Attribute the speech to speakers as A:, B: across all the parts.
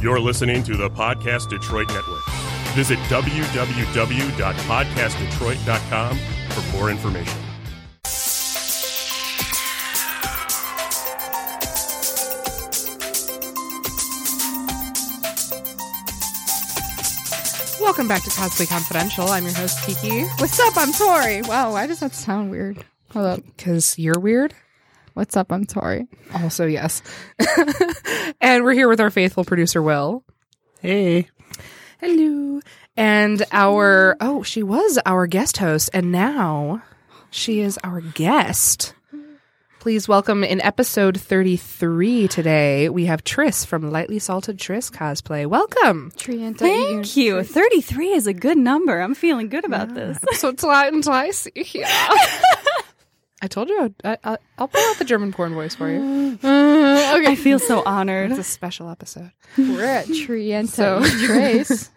A: You're listening to the Podcast Detroit Network. Visit www.podcastdetroit.com for more information.
B: Welcome back to Cosplay Confidential. I'm your host, Kiki. What's up? I'm Tori.
C: Oh,
B: Wow, why does that sound weird? Hold up.
C: because you're weird.
B: What's up? I'm Tori.
C: Also, yes. and we're here with our faithful producer, Will.
D: Hey.
C: Hello. And our, oh, she was our guest host, and now she is our guest. Please welcome in episode 33 today, we have Tris from Lightly Salted Tris Cosplay. Welcome.
E: Thank you. 33 is a good number. I'm feeling good about this.
C: So tonight and twice. Yeah. I told you, I, I, I'll pull out the German porn voice for you.
E: I feel so honored.
C: It's a special episode.
F: We're at Trienta and Trace.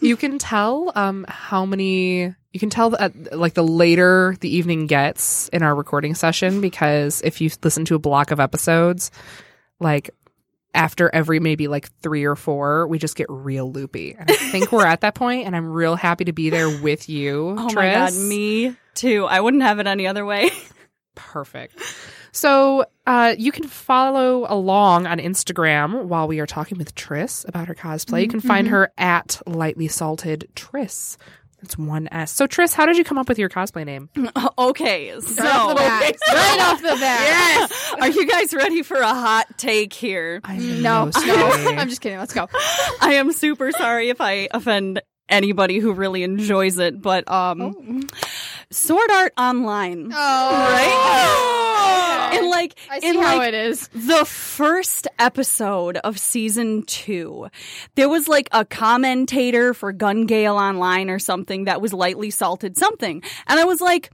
C: you can tell um how many you can tell that like the later the evening gets in our recording session because if you listen to a block of episodes like after every maybe like three or four we just get real loopy and i think we're at that point and i'm real happy to be there with you
E: Oh my
C: Tris.
E: god, me too. I wouldn't have it any other way.
C: Perfect. So uh, you can follow along on Instagram while we are talking with Tris about her cosplay. You can find her at lightly salted Tris. It's one S. So Tris, how did you come up with your cosplay name?
E: okay, so
F: Right off the bat.
E: are you guys ready for a hot take here?
C: I'm
F: No,
C: most
F: no.
C: sorry.
F: I'm just kidding. Let's go.
E: I am super sorry if I offend anybody who really enjoys it, but um Sword Art Online. Right? And like
F: Oh. I see
E: in
F: how
E: like
F: it is.
E: the first episode of season two, there was like a commentator for Gun Gale Online or something that was lightly salted something. And I was like,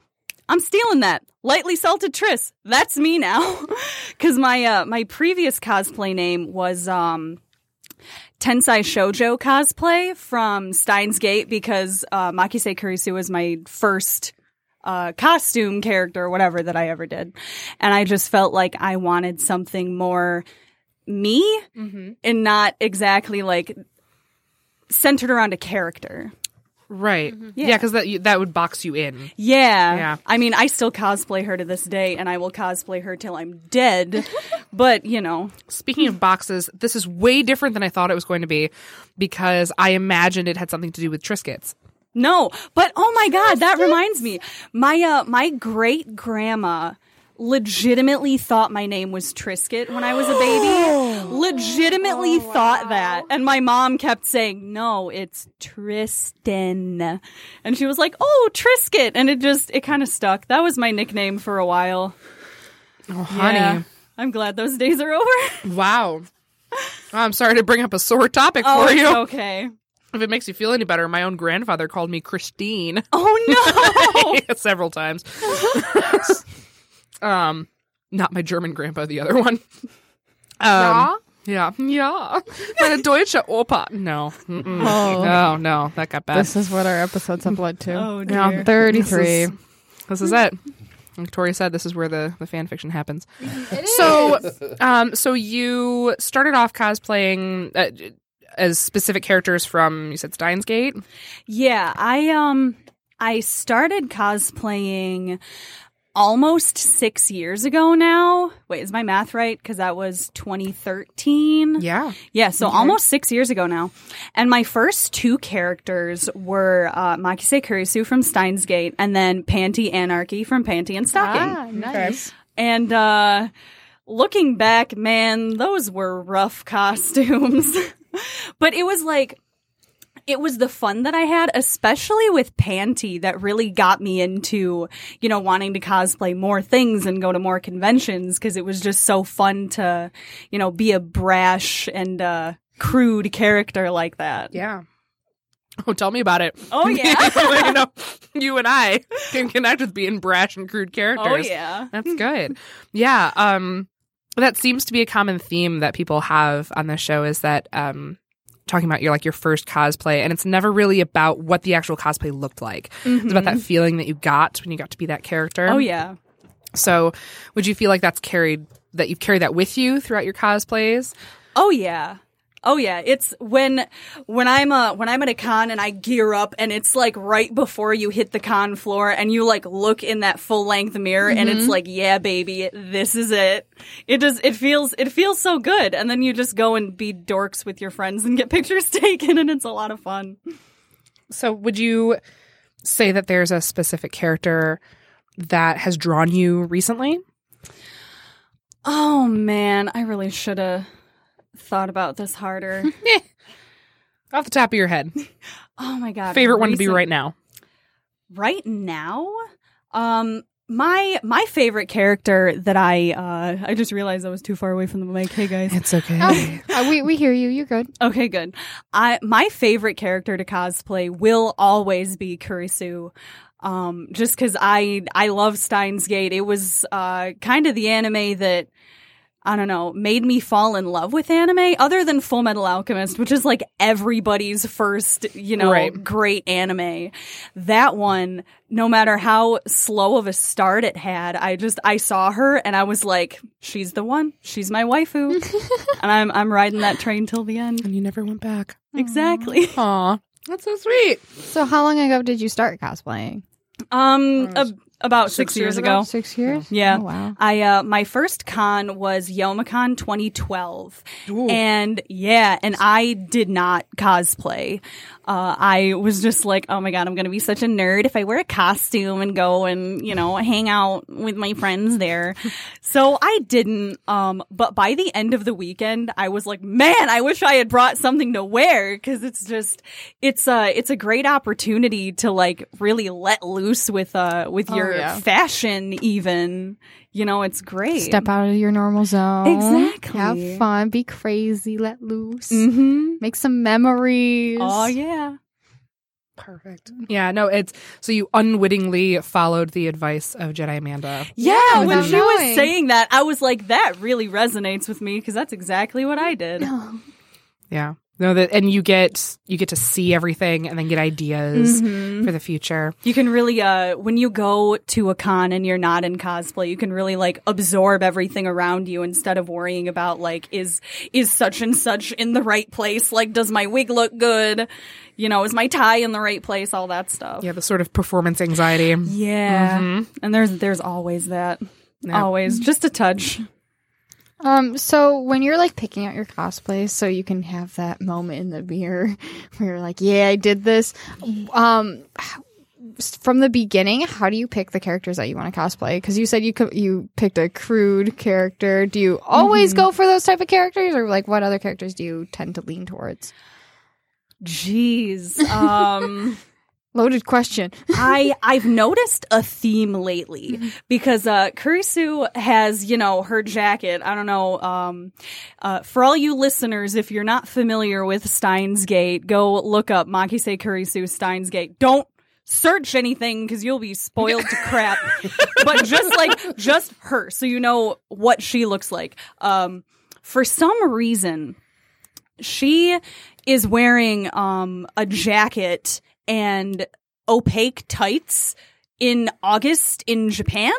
E: I'm stealing that. Lightly salted Tris. That's me now. Cause my uh, my previous cosplay name was um Tensai Shoujo cosplay from Steins Gate because uh, Makise Kurisu was my first uh, costume character or whatever that I ever did. And I just felt like I wanted something more me and not exactly like centered around a character.
C: Right.
E: Mm-hmm.
C: Yeah, because that you- that would box you in.
E: Yeah.
C: Yeah.
E: I mean, I still cosplay her to this day and I will cosplay her till I'm dead. but, you know,
C: Speaking of boxes, this is way different than I thought it was going to be because I imagined it had something to do with Triscuits.
E: No, but oh my god, that reminds me. My uh, my great grandma legitimately thought my name was Trisket when I was a baby. legitimately thought that, and my mom kept saying, "No, it's Tristan," and she was like, "Oh, Trisket," and it just it kind of stuck. That was my nickname for a while.
C: Oh, honey.
E: Yeah. I'm glad those days are over.
C: Wow. I'm sorry to bring up a sore topic
E: oh,
C: for you.
E: it's okay.
C: If it makes you feel any better, my own grandfather called me Christine
E: Oh no.
C: several times. um, not my German grandpa, the other one. Um, yeah, yeah. Meine deutsche Opa. No, Mm-mm.
F: Oh.
C: no, no. That got bad.
F: is what our episodes have led to.
E: Oh dear.
C: Yeah.
F: 33.
C: This is it. Victoria said this is where the, the fan fiction happens. so, um, so you started off cosplaying uh, as specific characters from you said Steins Gate.
E: Yeah, I um I started cosplaying almost 6 years ago now. Wait, is my math right? Cuz that was 2013.
C: Yeah,
E: Yeah, so almost 6 years ago now. And my first two characters were uh, Makise Kurisu from Steins Gate and then Panty Anarchy from Panty and Stocking.
F: Ah, nice.
E: And uh looking back, man, those were rough costumes. but it was like it was the fun that I had, especially with Panty, that really got me into, you know, wanting to cosplay more things and go to more conventions because it was just so fun to, you know, be a brash and uh crude character like that.
C: yeah. Oh, tell me about it.
E: Oh yeah.
C: you know, you and I can connect with being brash and crude characters.
E: oh yeah.
C: That's good. Yeah. Um, that seems to be a common theme that people have on this show is that um, talking about your like your first cosplay, and it's never really about what the actual cosplay looked like. It's about that feeling that you got when you got to be that character.
E: Mm-hmm. Oh yeah.
C: So, would you feel like that's carried that you've carried that with you throughout your cosplays?
E: Oh yeah. Oh yeah, it's when when I'm a when I'm at a con and I gear up and it's like right before you hit the con floor and you like look in that full length mirror and
C: Mm-hmm.
E: it's like yeah baby this is it. It does it feels it feels so good and then you just go and be dorks with your friends and get pictures taken and it's a lot of fun.
C: So, would you say that there's a specific character that has drawn you recently?
E: Oh man, I really should have thought about this harder.
C: Off the top of your head,
E: oh my god.
C: favorite one to be
E: Recent-
C: right now.
E: right now um my my favorite character that i uh i just realized i was too far away from the mic hey guys
C: It's okay.
F: Oh, uh, we, we hear you. You're good.
E: okay good i my favorite character to cosplay will always be kurisu um just because i i love steins gate it was uh kind of the anime that I don't know, made me fall in love with anime other than Full Metal Alchemist, which is like everybody's first, you know,
C: Right.
E: great anime. That one, no matter how slow of a start it had, I just I saw her and I was like, she's the one. She's my waifu. and I'm I'm riding that train till the end.
C: and you never went back.
E: Exactly.
C: Aw, that's so sweet.
F: So, how long ago did you start cosplaying?
E: Um ab- about 6, years, ago.
F: Six years?
E: Yeah.
F: Oh, wow.
E: I uh my first con was Yomacon 2012. And yeah, and I did not cosplay. Uh, I was just like, oh my god, I'm gonna be such a nerd if I wear a costume and go and you know hang out with my friends there. so I didn't. Um, but by the end of the weekend, I was like, man, I wish I had brought something to wear because it's just it's a it's a great opportunity to like really let loose with uh with your
F: yeah.
E: fashion even. You know, it's great.
F: Step out of your normal zone.
E: Exactly.
F: Have fun. Be crazy. Let loose.
E: Mm-hmm.
F: Make some memories.
E: Oh yeah.
C: Perfect. Yeah, no, it's so you unwittingly followed the advice of Jedi Amanda.
E: Yeah, when
F: without
E: she was
F: knowing.
E: saying that, I was like, that really resonates with me because that's exactly what I did.
C: Yeah. No, that and you get you get to see everything and then get ideas for the future.
E: You can really, uh, when you go to a con and you're not in cosplay, you can really like absorb everything around you instead of worrying about like, is, is such and such in the right place? Like, does my wig look good? You know, is my tie in the right place? All that stuff.
C: Yeah, the sort of performance anxiety.
E: Yeah. And there's, there's always that. Always. Just a touch.
F: Um, so when you're like picking out your cosplays, so you can have that moment in the mirror where you're like, "Yeah, I did this." Um, h- from the beginning, how do you pick the characters that you want to cosplay? Because you said you co- you picked a crude character. Do you always
C: Mm-hmm.
F: go for those type of characters, or like what other characters do you tend to lean towards?
E: Jeez. Um,
F: Loaded question.
E: I I've noticed a theme lately because uh Kurisu has, you know, her jacket. I don't know um uh for all you listeners if you're not familiar with Steins Gate, go look up Makise Kurisu Steins Gate. Don't search anything cuz you'll be spoiled to crap. but just like just her so you know what she looks like. Um for some reason she is wearing um a jacket and opaque tights in August in Japan.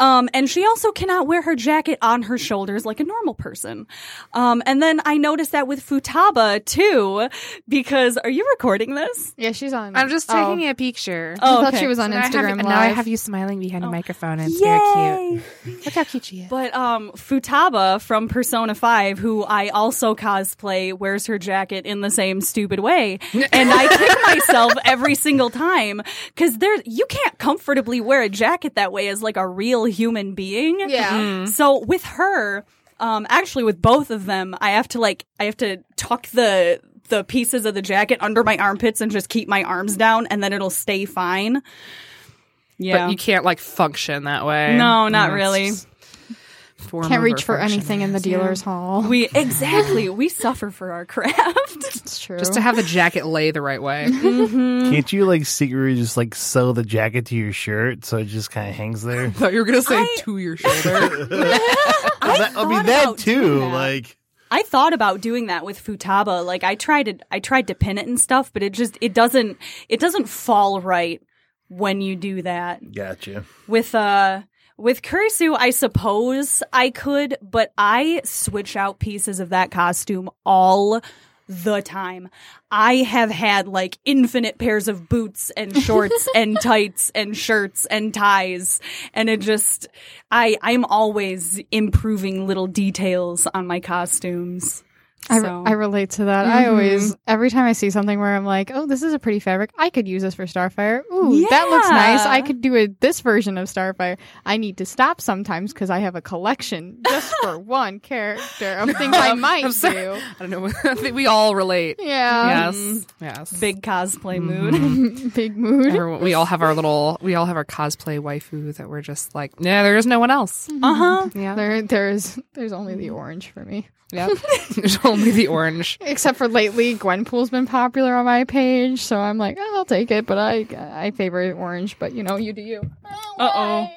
E: Um, and she also cannot wear her jacket on her shoulders like a normal person. Um, and then I noticed that with Futaba too, because are you recording this?
F: yeah, she's on.
C: I'm just
F: oh.
C: taking a picture.
F: I
E: Oh,
F: thought
E: okay.
F: she was on
C: And I have-
F: Instagram
C: and
F: Live.
C: now I have you smiling behind a microphone. And it's very cute.
E: Yay!
C: Look how cute she is.
E: But um, Futaba from Persona 5, who I also cosplay, wears her jacket in the same stupid way. And I kick myself every single time because there you can't comfortably wear a jacket that way as like a real human being.
F: Yeah.
C: Mm-hmm.
E: So with her, um, actually with both of them, I have to like I have to tuck the the pieces of the jacket under my armpits and just keep my arms down and then it'll stay fine. Yeah.
C: But you can't like function that way.
E: No, not
C: It's
E: really.
C: just form
F: Can't
C: over
F: reach for
C: function,
F: anything
C: I
F: in the
C: guess.
F: dealer's hall.
E: we exactly we suffer for our craft.
F: it's true.
C: Just to have the jacket lay the right way.
D: Can't you like secretly just like sew the jacket to your shirt so it just kind of hangs there?
C: thought you were gonna say
E: I-
C: to your shoulder.
D: That- I mean
E: thought
D: that
E: about doing
D: too.
E: that.
D: Like
E: I thought about doing that with Futaba. Like I tried to I tried to pin it and stuff, but it just it doesn't it doesn't fall right when you do that.
D: gotcha.
E: With uh With Kurisu, I suppose I could, but I switch out pieces of that costume all the time. I have had like infinite pairs of boots and shorts and tights and shirts and ties and it just I I'm always improving little details on my costumes.
F: I,
E: So-
F: I relate to that. I always, every time I see something where I'm like, oh, this is a pretty fabric. I could use this for Starfire. Ooh, that looks nice.
E: Yeah.
F: I could do a, this version of Starfire. I need to stop sometimes because I have a collection just for one character of things I might
C: I'm sorry.
F: do.
C: I don't know. I think we all relate.
F: Yeah. Um, Mm,
C: Yes. Yes.
E: Big cosplay mood.
F: Mm-hmm. Big mood.
C: Everyone, we all have our little, we all have our cosplay waifu that we're just like, yeah, there is no one else.
F: Mm-hmm.
E: Uh-huh.
C: Yeah.
F: There, there's, there's only the orange for me.
C: Yep. There's only the orange.
F: Except for lately, Gwenpool's been popular on my page, so I'm like, oh, I'll take it. But I, I favor orange. But you know, you do you.
E: Uh-oh.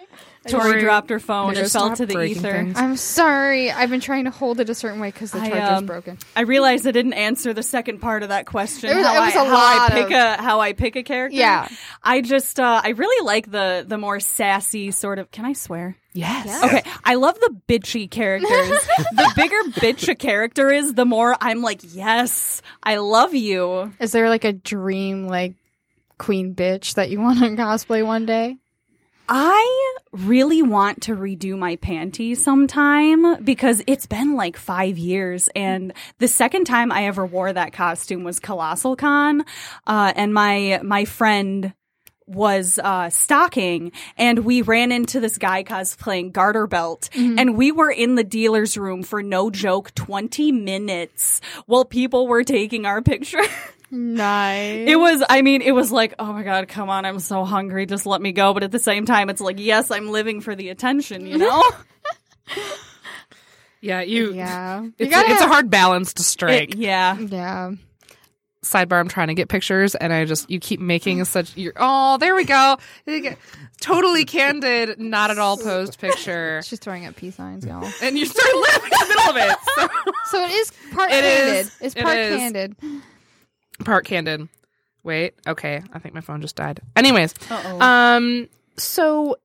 E: Tori dropped her phone and
C: Just
E: fell
C: stop
E: to the
C: breaking
E: ether.
C: things.
F: I'm sorry. I've been trying to hold it a certain way because the
E: I,
F: charger's
E: um,
F: broken.
E: I realized I didn't answer the second part of that question.
F: It was-
E: how
F: it was
E: I,
F: a
E: how
F: lot
E: I pick
F: of-
E: a how I pick a character.
F: Yeah.
E: I just uh, I really like the the more sassy sort of. Can I swear?
C: Yes.
E: Okay, I love the bitchy characters. the bigger bitch a character is, the more I'm like, yes, I love you.
F: Is there like a dream like queen bitch that you want to cosplay one day?
E: I really want to redo my panties sometime because it's been like five years. And the second time I ever wore that costume was Colossal Con. Uh, and my, my friend was uh, stocking and we ran into this guy cosplaying garter belt and we were in the dealer's room for no joke 20 minutes while people were taking our picture
F: Nice.
E: it was, I mean, it was like, oh my God, come on, I'm so hungry, just let me go. But at the same time, it's like, yes, I'm living for the attention, you know?
C: Yeah. You.
F: yeah. You
C: It's,
F: gotta
C: a, it's a
F: have-
C: hard balance to strike.
E: It- yeah.
F: Yeah.
C: Sidebar: I'm trying to get pictures, and I just you keep making such. You're, oh, there we go. Totally candid, not at all posed picture,
F: She's throwing up peace signs, y'all.
C: and you start laughing in the middle of it. So-
F: So it is part
C: It is.
F: candid. It's
C: It
F: part
C: is.
F: candid.
C: part candid. Wait, okay. I think my phone just died. Anyways, um, so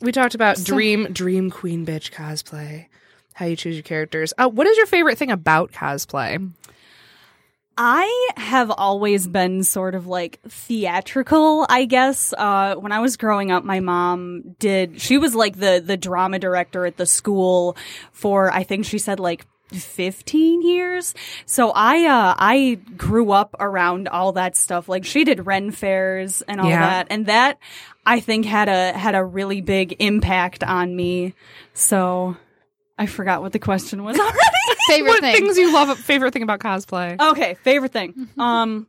C: we talked about dream, dream queen bitch cosplay. How you choose your characters. Uh, what is your favorite thing about cosplay?
E: I have always been sort of like theatrical, I guess. Uh, when I was growing up, my mom did, she was like the, the drama director at the school for, I think she said like, 15 years. So I, uh, I grew up around all that stuff. Like she did Ren fairs and all
C: Yeah.
E: that. And that I think had a, had a really big impact on me. So I forgot what the question was already.
F: Favorite
C: What
F: thing. Uh,
C: things you love? Favorite thing about cosplay?
E: Okay, favorite thing. Um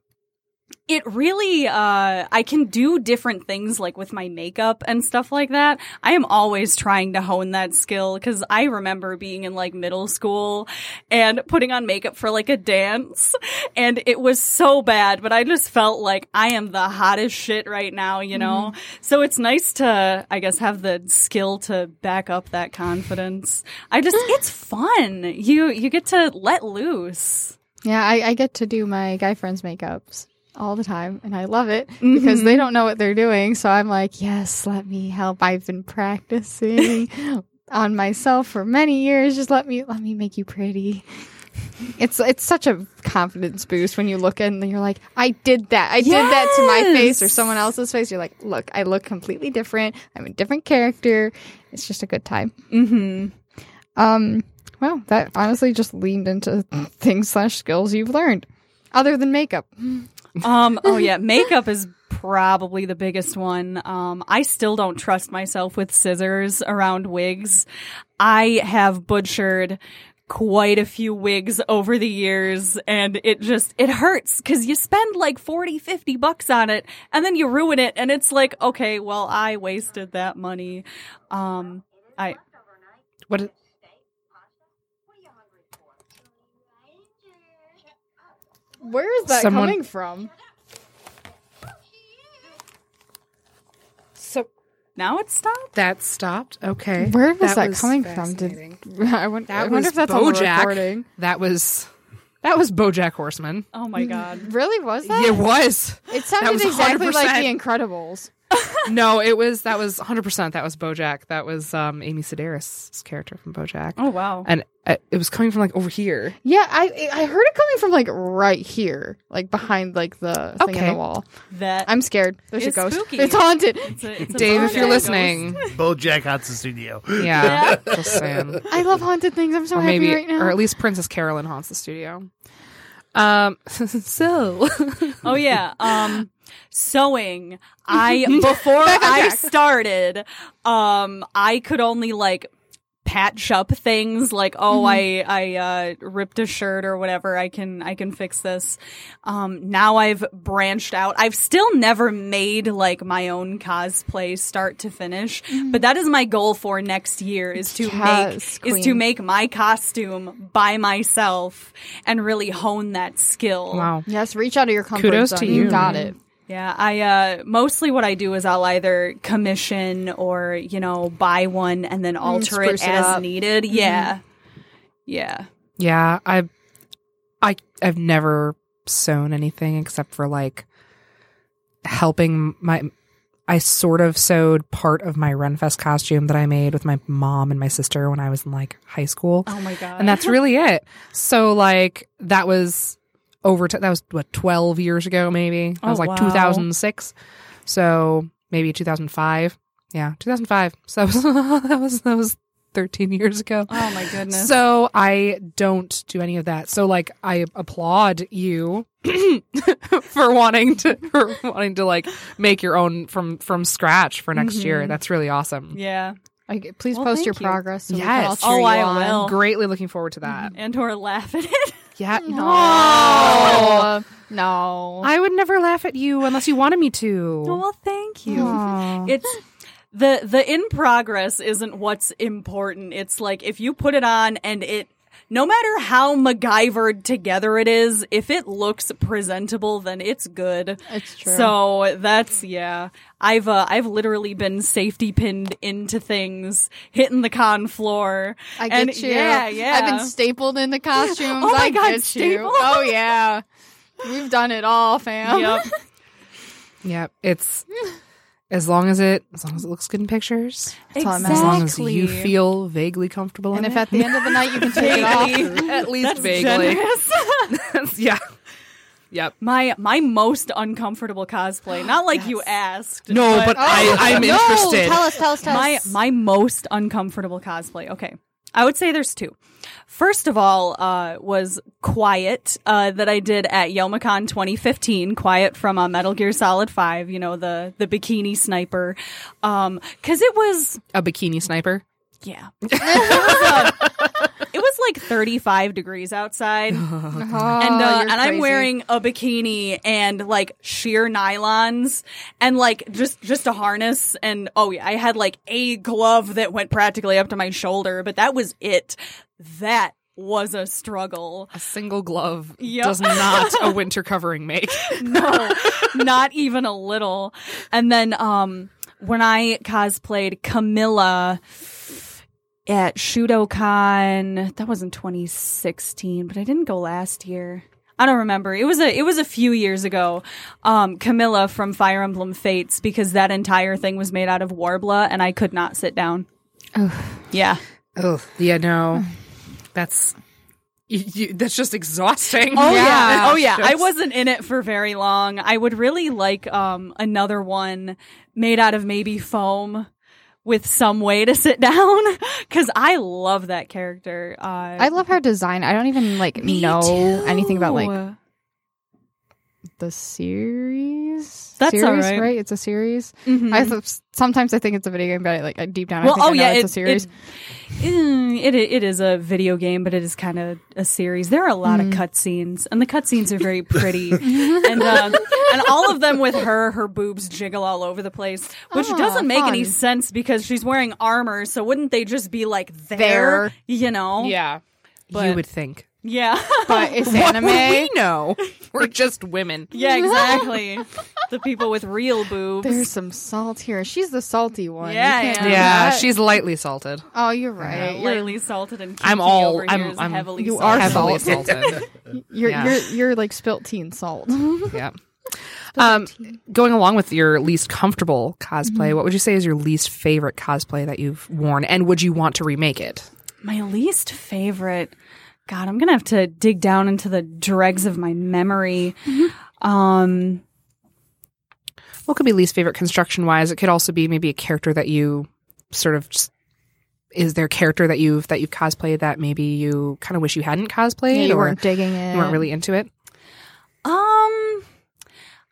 E: it really uh I can do different things like with my makeup and stuff like that. I am always trying to hone that skill cuz I remember being in like middle school and putting on makeup for like a dance and it was so bad, but I just felt like I am the hottest shit right now, you know. So it's nice to I guess have the skill to back up that confidence. I just it's fun. You you get to let loose.
F: Yeah, I, I get to do my guy friends' makeups all the time, and I love it
C: Mm-hmm.
F: because they don't know what they're doing. So I'm like, yes, let me help. I've been practicing on myself for many years. Just let me let me make you pretty. It's it's such a confidence boost when you look in and you're like, I did that. I did that to my face or
E: Yes.
F: someone else's face. You're like, look, I look completely different. I'm a different character. It's just a good time.
E: Mm-hmm.
F: Um, well, that honestly just leaned into things slash skills you've learned, other than makeup.
E: Um, oh yeah, makeup is probably the biggest one. Um, I still don't trust myself with scissors around wigs. I have butchered quite a few wigs over the years and it just it hurts cuz you spend like 40 50 bucks on it and then you ruin it and it's like okay well I wasted that money um I
C: What? is-
F: Where is that
C: Someone-
F: coming from?
C: So
E: now it's stopped
C: that stopped. Okay.
F: Where was that,
C: was
F: coming from? Did
C: fascinating.
F: I, wonder, I
C: that
F: wonder
C: was
F: if that's on the
C: BoJack?
F: recording.
C: That was that was BoJack Horseman.
E: oh my god
F: Really was that?
C: It was.
F: It sounded
C: was
F: exactly like
C: 100%.
F: The Incredibles.
C: no, it was that was 100. percent That was BoJack. That was um, Amy Sedaris' character from BoJack,
E: Oh wow.
C: and uh, it was coming from like over here.
F: Yeah, I I heard it coming from like right here, like behind like the thing in
C: Okay.
F: the wall.
E: That
F: I'm scared. There's
E: It's
F: a ghost.
E: spooky.
F: It's haunted.
E: it's a, it's a
C: Dave, if you're
E: Bojack
C: listening,
D: BoJack Hudson Studio.
C: yeah, just saying.
F: I love haunted things. I'm so
C: or
F: happy
C: maybe,
F: right now.
C: or at least Princess Carolyn haunts the studio. Um, so
E: ghost. Oh yeah. Um sewing. I before I started, um I could only like patch up things like oh
F: Mm-hmm.
E: I I uh ripped a shirt or whatever. I can I can fix this. Um now I've branched out. I've still never made like my own cosplay start to finish, but that is my goal for next year is to
F: Mm-hmm. Yes,
E: make is to
F: queen.
E: make my costume by myself and really hone that skill.
C: wow,
F: yes, reach out of your comfort
C: Kudos
F: zone.
C: to
F: you.
C: you.
F: Got it.
E: Yeah, I uh, mostly what I do is I'll either commission or you know buy one and then alter Mm, it Mm-hmm.
F: spruce it
E: as
F: up.
E: needed. Yeah, yeah.
C: yeah, I, I, I've never sewn anything except for like helping my. I sort of sewed part of my Renfest costume that I made with my mom and my sister when I was in like high school.
E: Oh my god.
C: and that's really it. So like that was over. T- that was what twelve years ago, maybe. That
E: Oh,
C: was like
E: wow.
C: two thousand six. So maybe two thousand five. Yeah, two thousand five. So that was that was that was thirteen years ago.
E: oh my goodness.
C: So I don't do any of that. So like I applaud you for wanting to for wanting to like make your own from from scratch for next year. That's really awesome.
E: yeah,
F: Like, please
E: Well,
F: post your
E: thank you.
F: progress. So
C: Yes.
F: We can all
E: Oh,
F: cheer
E: I
F: you on.
E: will.
C: Greatly looking forward to that.
E: and or laugh at it.
C: Yeah. No.
F: Oh no.
C: I would never laugh at you unless you wanted me to.
E: well, thank you. It's the the in progress isn't what's important. It's like if you put it on and it. No matter how MacGyvered together it is, if it looks presentable, then it's good.
F: it's true.
E: So that's yeah. I've uh, I've literally been safety pinned into things, hitting the con floor.
F: I get
E: and
F: you.
E: Yeah, yeah.
F: I've been stapled into costumes.
E: Oh my
F: I
E: God,
F: get you.
E: stapled.
F: Oh yeah. We've done it all, fam.
E: Yep.
C: Yep. It's as long as it as long as it looks good in pictures.
F: all that
E: exactly.
F: matters.
C: As long as you feel vaguely comfortable
F: And
C: in
F: if
C: it.
F: at the end of the night you can take it off,
C: at least
E: That's generous.
C: yeah. Yep.
E: my my most uncomfortable cosplay. Not like you asked.
C: No, but I, I'm interested.
F: Oh, tell us, tell us, tell
E: my
F: us.
E: my most uncomfortable cosplay. Okay. I would say there's two. First of all, uh, was Quiet uh, that I did at Yomacon 2015. Quiet from uh, Metal Gear Solid 5. You know the the bikini sniper, because it was
C: A bikini sniper.
E: yeah, it was, uh, it was like 35 degrees outside and
F: Oh,
E: uh, and I'm wearing a bikini and like sheer nylons and like just just a harness and oh yeah, I had like a glove that went practically up to my shoulder, but that was it. That was a struggle.
C: A single glove
E: Yep.
C: does not a winter covering make.
E: No, not even a little. And then um when I cosplayed Camilla at ShudoCon, that was in 2016, but I didn't go last year. I don't remember. It was a it was a few years ago. Um, Camilla from Fire Emblem Fates because that entire thing was made out of warbler and I could not sit down. Yeah.
C: Oh yeah, no. That's you, you, that's just exhausting.
E: Oh yeah.
F: Yeah.
E: Oh yeah. I
C: Just-
E: wasn't in it for very long. I would really like um another one made out of maybe foam with some way to sit down cuz I love that character. Uh
F: I love her design. I don't even like know anything about like
E: Ooh.
F: the series.
E: That's
F: series,
E: all right.
F: It's a series.
E: Mhm.
F: I th- sometimes I think it's a video game, but I, like I deep down, I
E: well,
F: think
E: oh
F: I know
E: yeah,
F: it's
E: it-
F: a series.
E: It, mm, it it is a video game, but it is kind of a series. There are a lot
F: Mm.
E: of cutscenes, and the cutscenes are very pretty, and um, and all of them with her, her boobs jiggle all over the place, which
F: Ah,
E: doesn't make any
F: fun.
E: sense because she's wearing armor. So wouldn't they just be like there?
F: There.
E: You know?
C: yeah. you
E: But-
C: would think.
E: Yeah.
F: but it's
C: What
F: anime.
C: would we know? We're just women.
E: yeah. Exactly. the people with real boobs.
F: There's some salt here. She's the salty one. You
E: Yeah,
F: can't
E: yeah.
F: do
C: Yeah,
F: that.
C: she's lightly salted.
F: Oh, you're
E: Yeah,
F: right. You're,
E: lightly salted and
C: I'm
E: Kiki
C: all-
E: over
C: I'm-
E: here is
C: I'm-
E: heavily
F: you
E: salted.
F: are
C: Heavily
F: Salt.
C: salted.
F: you're,
C: Yeah.
F: you're you're like spilt tea and salt.
C: yeah. Um, going along with your least comfortable cosplay, what would you say is your least favorite cosplay that you've worn, and would you want to remake it?
E: My least favorite. God, I'm gonna have to dig down into the dregs of my memory.
F: Mm-hmm.
E: Um,
C: What could be least favorite construction wise? It could also be maybe a character that you sort of just, is there a character that you've that you've cosplayed that maybe you kind of wish you hadn't cosplayed
F: Yeah, you
C: or
F: weren't digging it.
C: you weren't really into it?
E: um,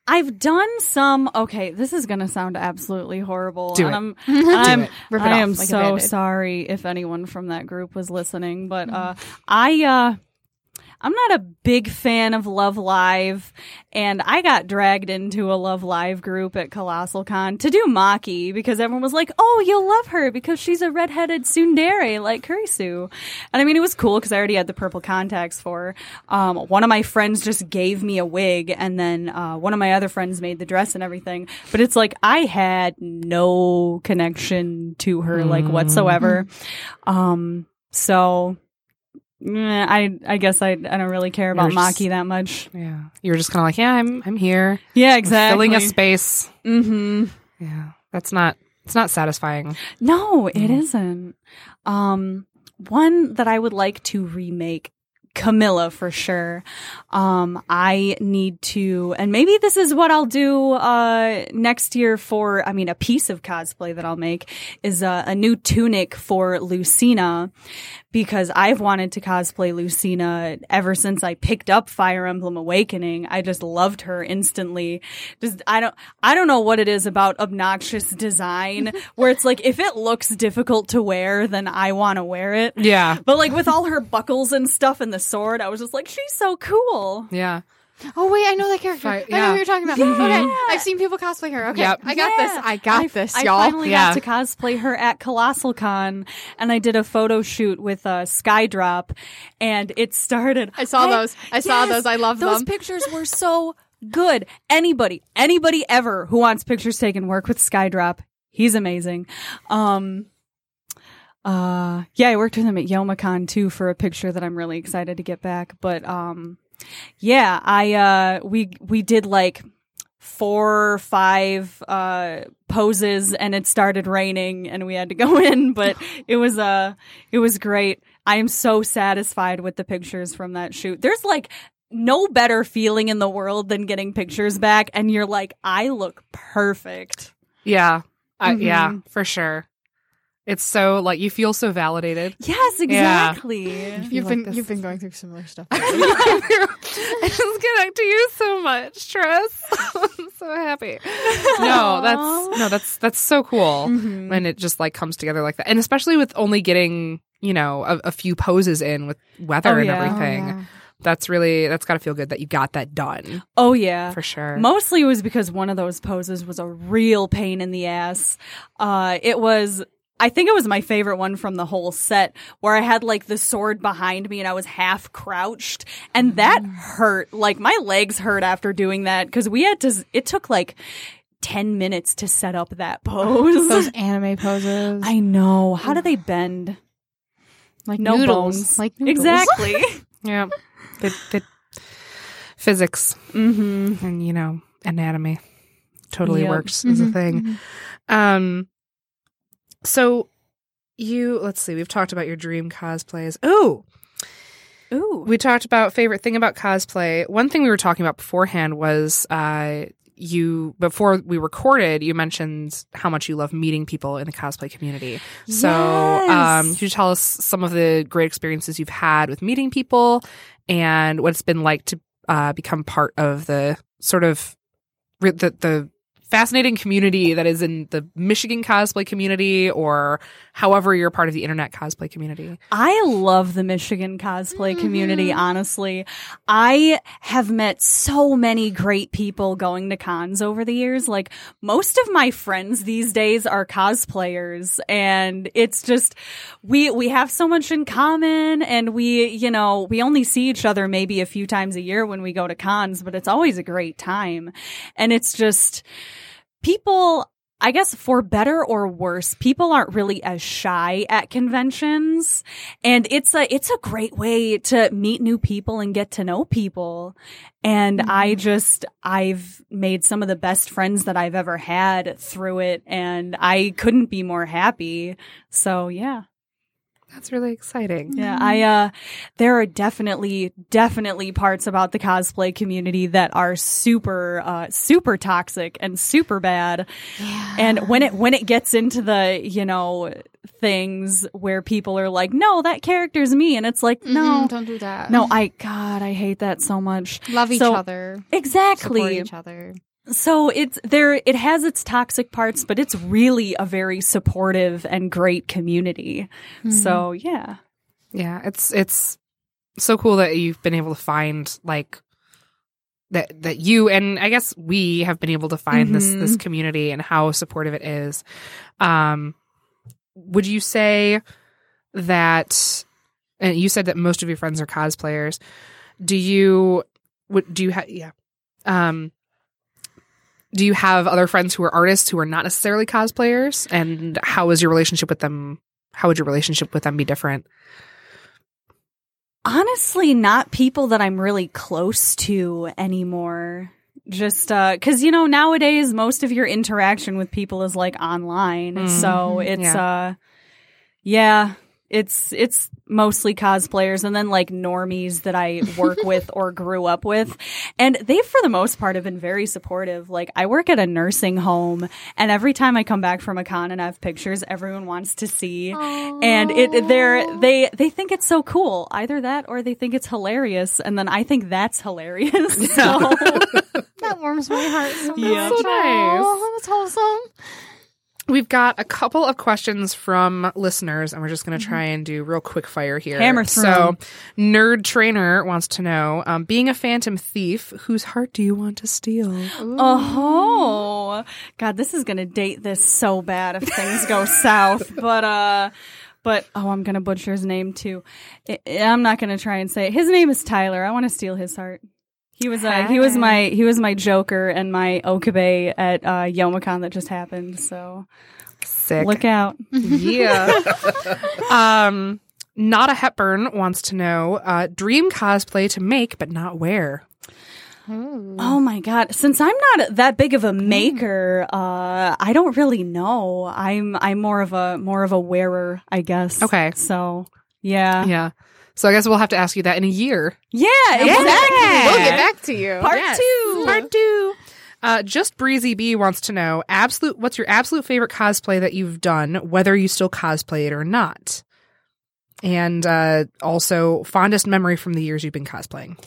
E: I've done some. Okay, this is gonna sound absolutely horrible.
C: Do
E: and
C: it.
E: I'm, I'm,
F: Rip it
E: I
F: off
E: am
F: like a
E: so
F: Band-Aid. Mm-hmm.
E: sorry if anyone from that group was listening, but uh, I. Uh, I'm not a big fan of Love Live, and I got dragged into a Love Live group at Colossal Con to do Maki because everyone was like, "Oh, you'll love her because she's a redheaded tsundere like Kurisu," and I mean it was cool because I already had the purple contacts for. Her. Um, one of my friends just gave me a wig, and then uh, one of my other friends made the dress and everything. But it's like I had no connection to her like whatsoever. Um, so yeah, I I guess I I don't really care about
C: You're just-
E: Maki that much.
C: Yeah, you were just kind of like, yeah, I'm I'm here,
E: Yeah,
C: I'm
E: exactly.
C: filling a space.
E: mm-hmm.
C: Yeah, that's not it's not satisfying.
E: No, it
C: Mm.
E: isn't. Um, one that I would like to remake, Camilla for sure. Um, I need to, and maybe this is what I'll do uh, next year for. I mean, a piece of cosplay that I'll make is uh, a, a new tunic for Lucina because I've wanted to cosplay Lucina ever since I picked up Fire Emblem Awakening. I just loved her instantly. Just I don't I don't know what it is about obnoxious design where it's like if it looks difficult to wear, then I want to wear it.
C: Yeah,
E: But like with all her buckles and stuff and the sword, I was just like, she's so cool.
C: yeah.
F: Oh wait, I know that character.
C: Right,
F: I know
C: yeah.
F: what you're talking about. Okay, I've seen people cosplay her. Okay,
C: Yep.
F: I got
E: Yeah.
F: this. I got this, y'all.
E: I finally
C: Yeah.
E: got to cosplay her at Colossal Con, and I did a photo shoot with uh, Skydrop, and it started.
F: I saw those. I saw those. I love
E: those
F: them.
E: pictures were so good. Anybody, anybody ever who wants pictures taken, work with Skydrop. He's amazing. Um, uh, yeah, I worked with him at YomaCon too for a picture that I'm really excited to get back. But um, yeah, I uh, we we did like four five uh poses and it started raining and we had to go in but it was uh it was great i am so satisfied with the pictures from that shoot there's like no better feeling in the world than getting pictures back and you're like i look perfect
C: Yeah. I, Yeah, for sure. It's so like you feel so validated.
E: yes exactly
F: You've
C: like
F: been
C: this.
F: you've been going through similar stuff.
E: Oh,
C: it's connected to you so much, Tress. I'm so happy. No, that's no, that's that's so cool
E: Mm-hmm.
C: when it just like comes together like that, and especially with only getting you know a, a few poses in with weather
E: Oh,
C: and
E: yeah. Oh,
C: everything.
F: yeah.
C: That's really that's got to feel good that you got that done
E: oh yeah
C: for sure.
E: Mostly it was because one of those poses was a real pain in the ass. Uh, it was. I think it was my favorite one from the whole set where I had like the sword behind me and I was half crouched and that
F: Mm.
E: hurt. Like my legs hurt after doing that because we had to, s- it took like 10 minutes to set up that pose.
F: those anime poses,
E: I know. How do they bend?
F: like
E: No
F: noodles,
E: bones.
F: like noodles.
E: Exactly.
C: yeah, the, the physics
E: mm-hmm.
C: and you know anatomy totally
E: Yep. Mm-hmm.
C: works as a
F: Mhm,
C: thing.
F: mhm.
C: Um so you let's see, we've talked about your dream cosplays. Oh,
E: Ooh.
C: we talked about favorite thing about cosplay. One thing we were talking about beforehand was uh you before we recorded, you mentioned how much you love meeting people in the cosplay community. So, um,
E: Yes.
C: could you tell us some of the great experiences you've had with meeting people and what it's been like to uh, become part of the sort of re- the the fascinating community that is in the Michigan cosplay community or however you're part of the internet cosplay community?
E: I love the Michigan cosplay community, honestly. I have met so many great people going to cons over the years. Like, most of my friends these days are cosplayers, and it's just, we, we have so much in common, and we, you know, we only see each other maybe a few times a year when we go to cons, but it's always a great time. And it's just, people I guess for better or worse, people aren't really as shy at conventions, and it's a it's a great way to meet new people and get to know people. And I just I've made some of the best friends that I've ever had through it, and I couldn't be more happy. So yeah.
C: That's really exciting.
E: Yeah, I uh there are definitely definitely parts about the cosplay community that are super uh super toxic and super bad. And when it when it gets into the, you know, things where people are like, "No, that character's me." And it's like, "No.
F: Mm-mm, Mm-hmm. don't do that.
E: No, I god, I hate that so much."
F: love each
E: So-
F: other. Support
E: Exactly.
F: each other.
E: So it's there it has its toxic parts, but it's really a very supportive and great community.
F: Mm-hmm.
E: So, yeah.
C: Yeah, it's it's so cool that you've been able to find like that that you and I guess we have been able to find this
E: Mhm.
C: this community and how supportive it is. Um would you say that and you said that most of your friends are cosplayers. Do you would do you have yeah. Um do you have other friends who are artists who are not necessarily cosplayers and how is your relationship with them how would your relationship with them be different?
E: honestly not people that i'm really close to anymore just uh cuz you know nowadays most of your interaction with people is like online
C: Mhm.
E: so it's uh yeah it's it's mostly cosplayers and then like normies that i work with or grew up with and they for the most part have been very supportive like i work at a nursing home and every time i come back from a con and i have pictures everyone wants to see and it they're they they think it's so cool either that or they think it's hilarious and then i think that's hilarious so
F: That warms my heart so
E: Yeah.
F: much.
C: So nice.
F: Aw, that's wholesome.
C: We've got a couple of questions from listeners, and we're just going to try and do real quick fire here.
E: Hammer through
C: So, Nerd Trainer wants to know um, being a phantom thief, whose heart do you want to steal?
E: oh god this is gonna date this so bad if things go south but uh but oh i'm gonna butcher his name too I, i'm not gonna try and say it. his name is tyler i want to steal his heart he was uh, he was my he was my Joker and my Okabe at uh, Yomicon that just happened. So
C: Sick.
E: look out!
C: yeah. um, Nada Hepburn wants to know uh, dream cosplay to make but not wear.
E: Oh my god! Since I'm not that big of a maker, uh, I don't really know. I'm I'm more of a more of a wearer, I guess.
C: Okay.
E: So yeah, yeah,
C: Yeah. So, I guess we'll have to ask you that in a year.
E: exactly.
F: We'll get back to you.
E: Part two.
C: Part two. Uh, just breezy b wants to know absolute. What's your absolute favorite cosplay that you've done, whether you still cosplay it or not, and uh, also fondest memory from the years you've been cosplaying.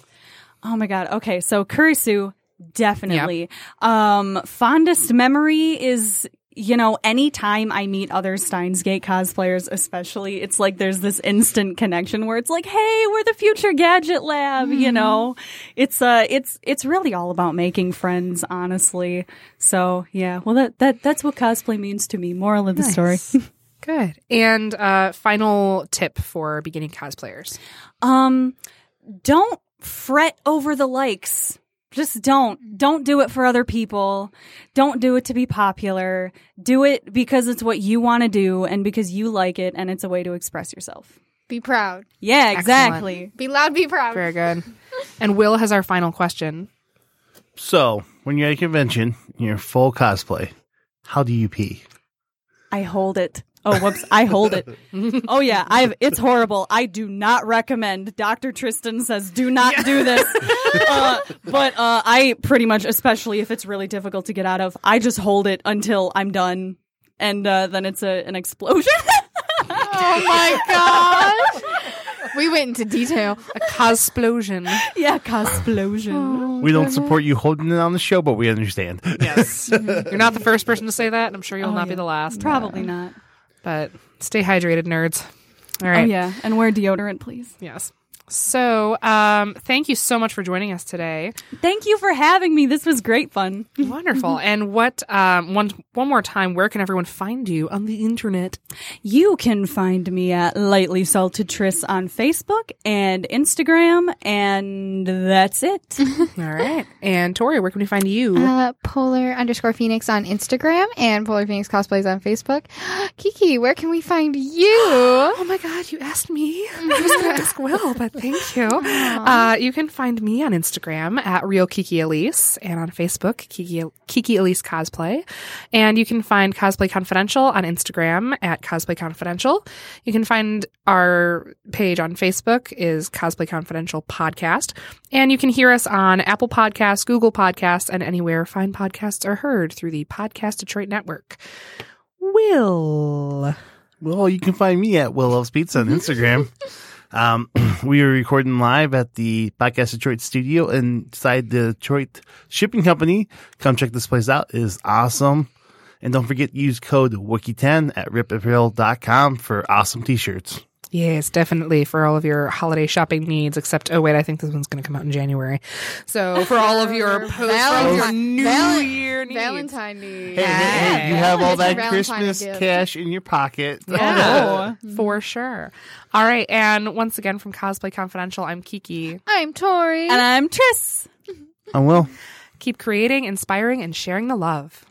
E: Oh my god. Okay, so Kurisu, definitely. Um, fondest memory is you know anytime i meet other steins gate cosplayers especially it's like there's this instant connection where it's like hey we're the future gadget lab
F: Mm-hmm.
E: you know it's uh it's it's really all about making friends honestly so yeah well that that that's what cosplay means to me moral of the story
C: Good. And uh, final tip for beginning cosplayers.
E: Um, don't fret over the likes. Just don't. Don't do it for other people. Don't do it to be popular. Do it because it's what you want to do and because you like it and it's a way to express yourself.
F: Be proud.
E: Yeah, exactly.
F: Be loud. Be proud.
C: Very good. and Will has our final question.
D: So, when you're at a convention, you're full cosplay. How do you pee?
E: I hold it. Oh, whoops. I hold it. Oh, yeah. I've, it's horrible. I do not recommend. Dr. Tristan says, do not do this. Uh, but uh, I pretty much, especially if it's really difficult to get out of, I just hold it until I'm done. And uh, then it's a, an explosion.
F: Oh my gosh. we went into detail.
C: A cosplosion.
E: yeah, explosion.
D: we don't support you holding it on the show, but we understand.
C: yes. You're not the first person to say that, and I'm sure
E: Oh,
C: you'll not be the last.
E: Probably not.
C: But stay hydrated, nerds. All right.
E: Oh, yeah. And wear deodorant, please.
C: Yes. So, um, thank you so much for joining us today.
E: Thank you for having me. This was great fun.
C: Wonderful. And what um, one one more time? Where can everyone find you on the internet?
E: You can find me at Lightly Salted Tris on Facebook and Instagram, and that's it.
C: All right. Um, And Tori, where can we find you?
F: Uh, Polar underscore Phoenix on Instagram and Polar Phoenix cosplays on Facebook. Kiki, where can we find you?
C: Oh my God, you asked me. I was going to ask Will, but thank you. Uh, you can find me on Instagram at Real Kiki Elise and on Facebook, Kiki, Kiki Elise Cosplay. And you can find Cosplay Confidential on Instagram at Cosplay Confidential. You can find our page on Facebook is Cosplay Confidential Podcast. And you can hear us on Apple Podcasts, Google Podcasts, and anywhere fine podcasts are heard through the Podcast Detroit Network. Will.
D: Well, you can find me at Will Loves Pizza on Instagram. um, we are recording live at the Podcast Detroit studio inside the Detroit Shipping Company. Come check this place out. It is awesome. And don't forget to use code WIKI10 at ripapparel.com for awesome t shirts.
C: Yes, definitely for all of your holiday shopping needs. Except, oh wait, I think this one's going to come out in January. So for all of your post, for all of your
F: Valentine-
C: New
F: Val-
C: Year needs.
F: Valentine
D: Hey,
F: Day.
D: hey, hey, you have all
F: It's a
D: that
F: Valentine's
D: Christmas
F: gift.
D: cash in your pocket.
C: Yeah,
F: Oh.
C: for sure. All right, and once again from Cosplay Confidential, I'm Kiki.
F: I'm Tori.
E: And I'm Tris.
D: I will.
C: Keep creating, inspiring, and sharing the love.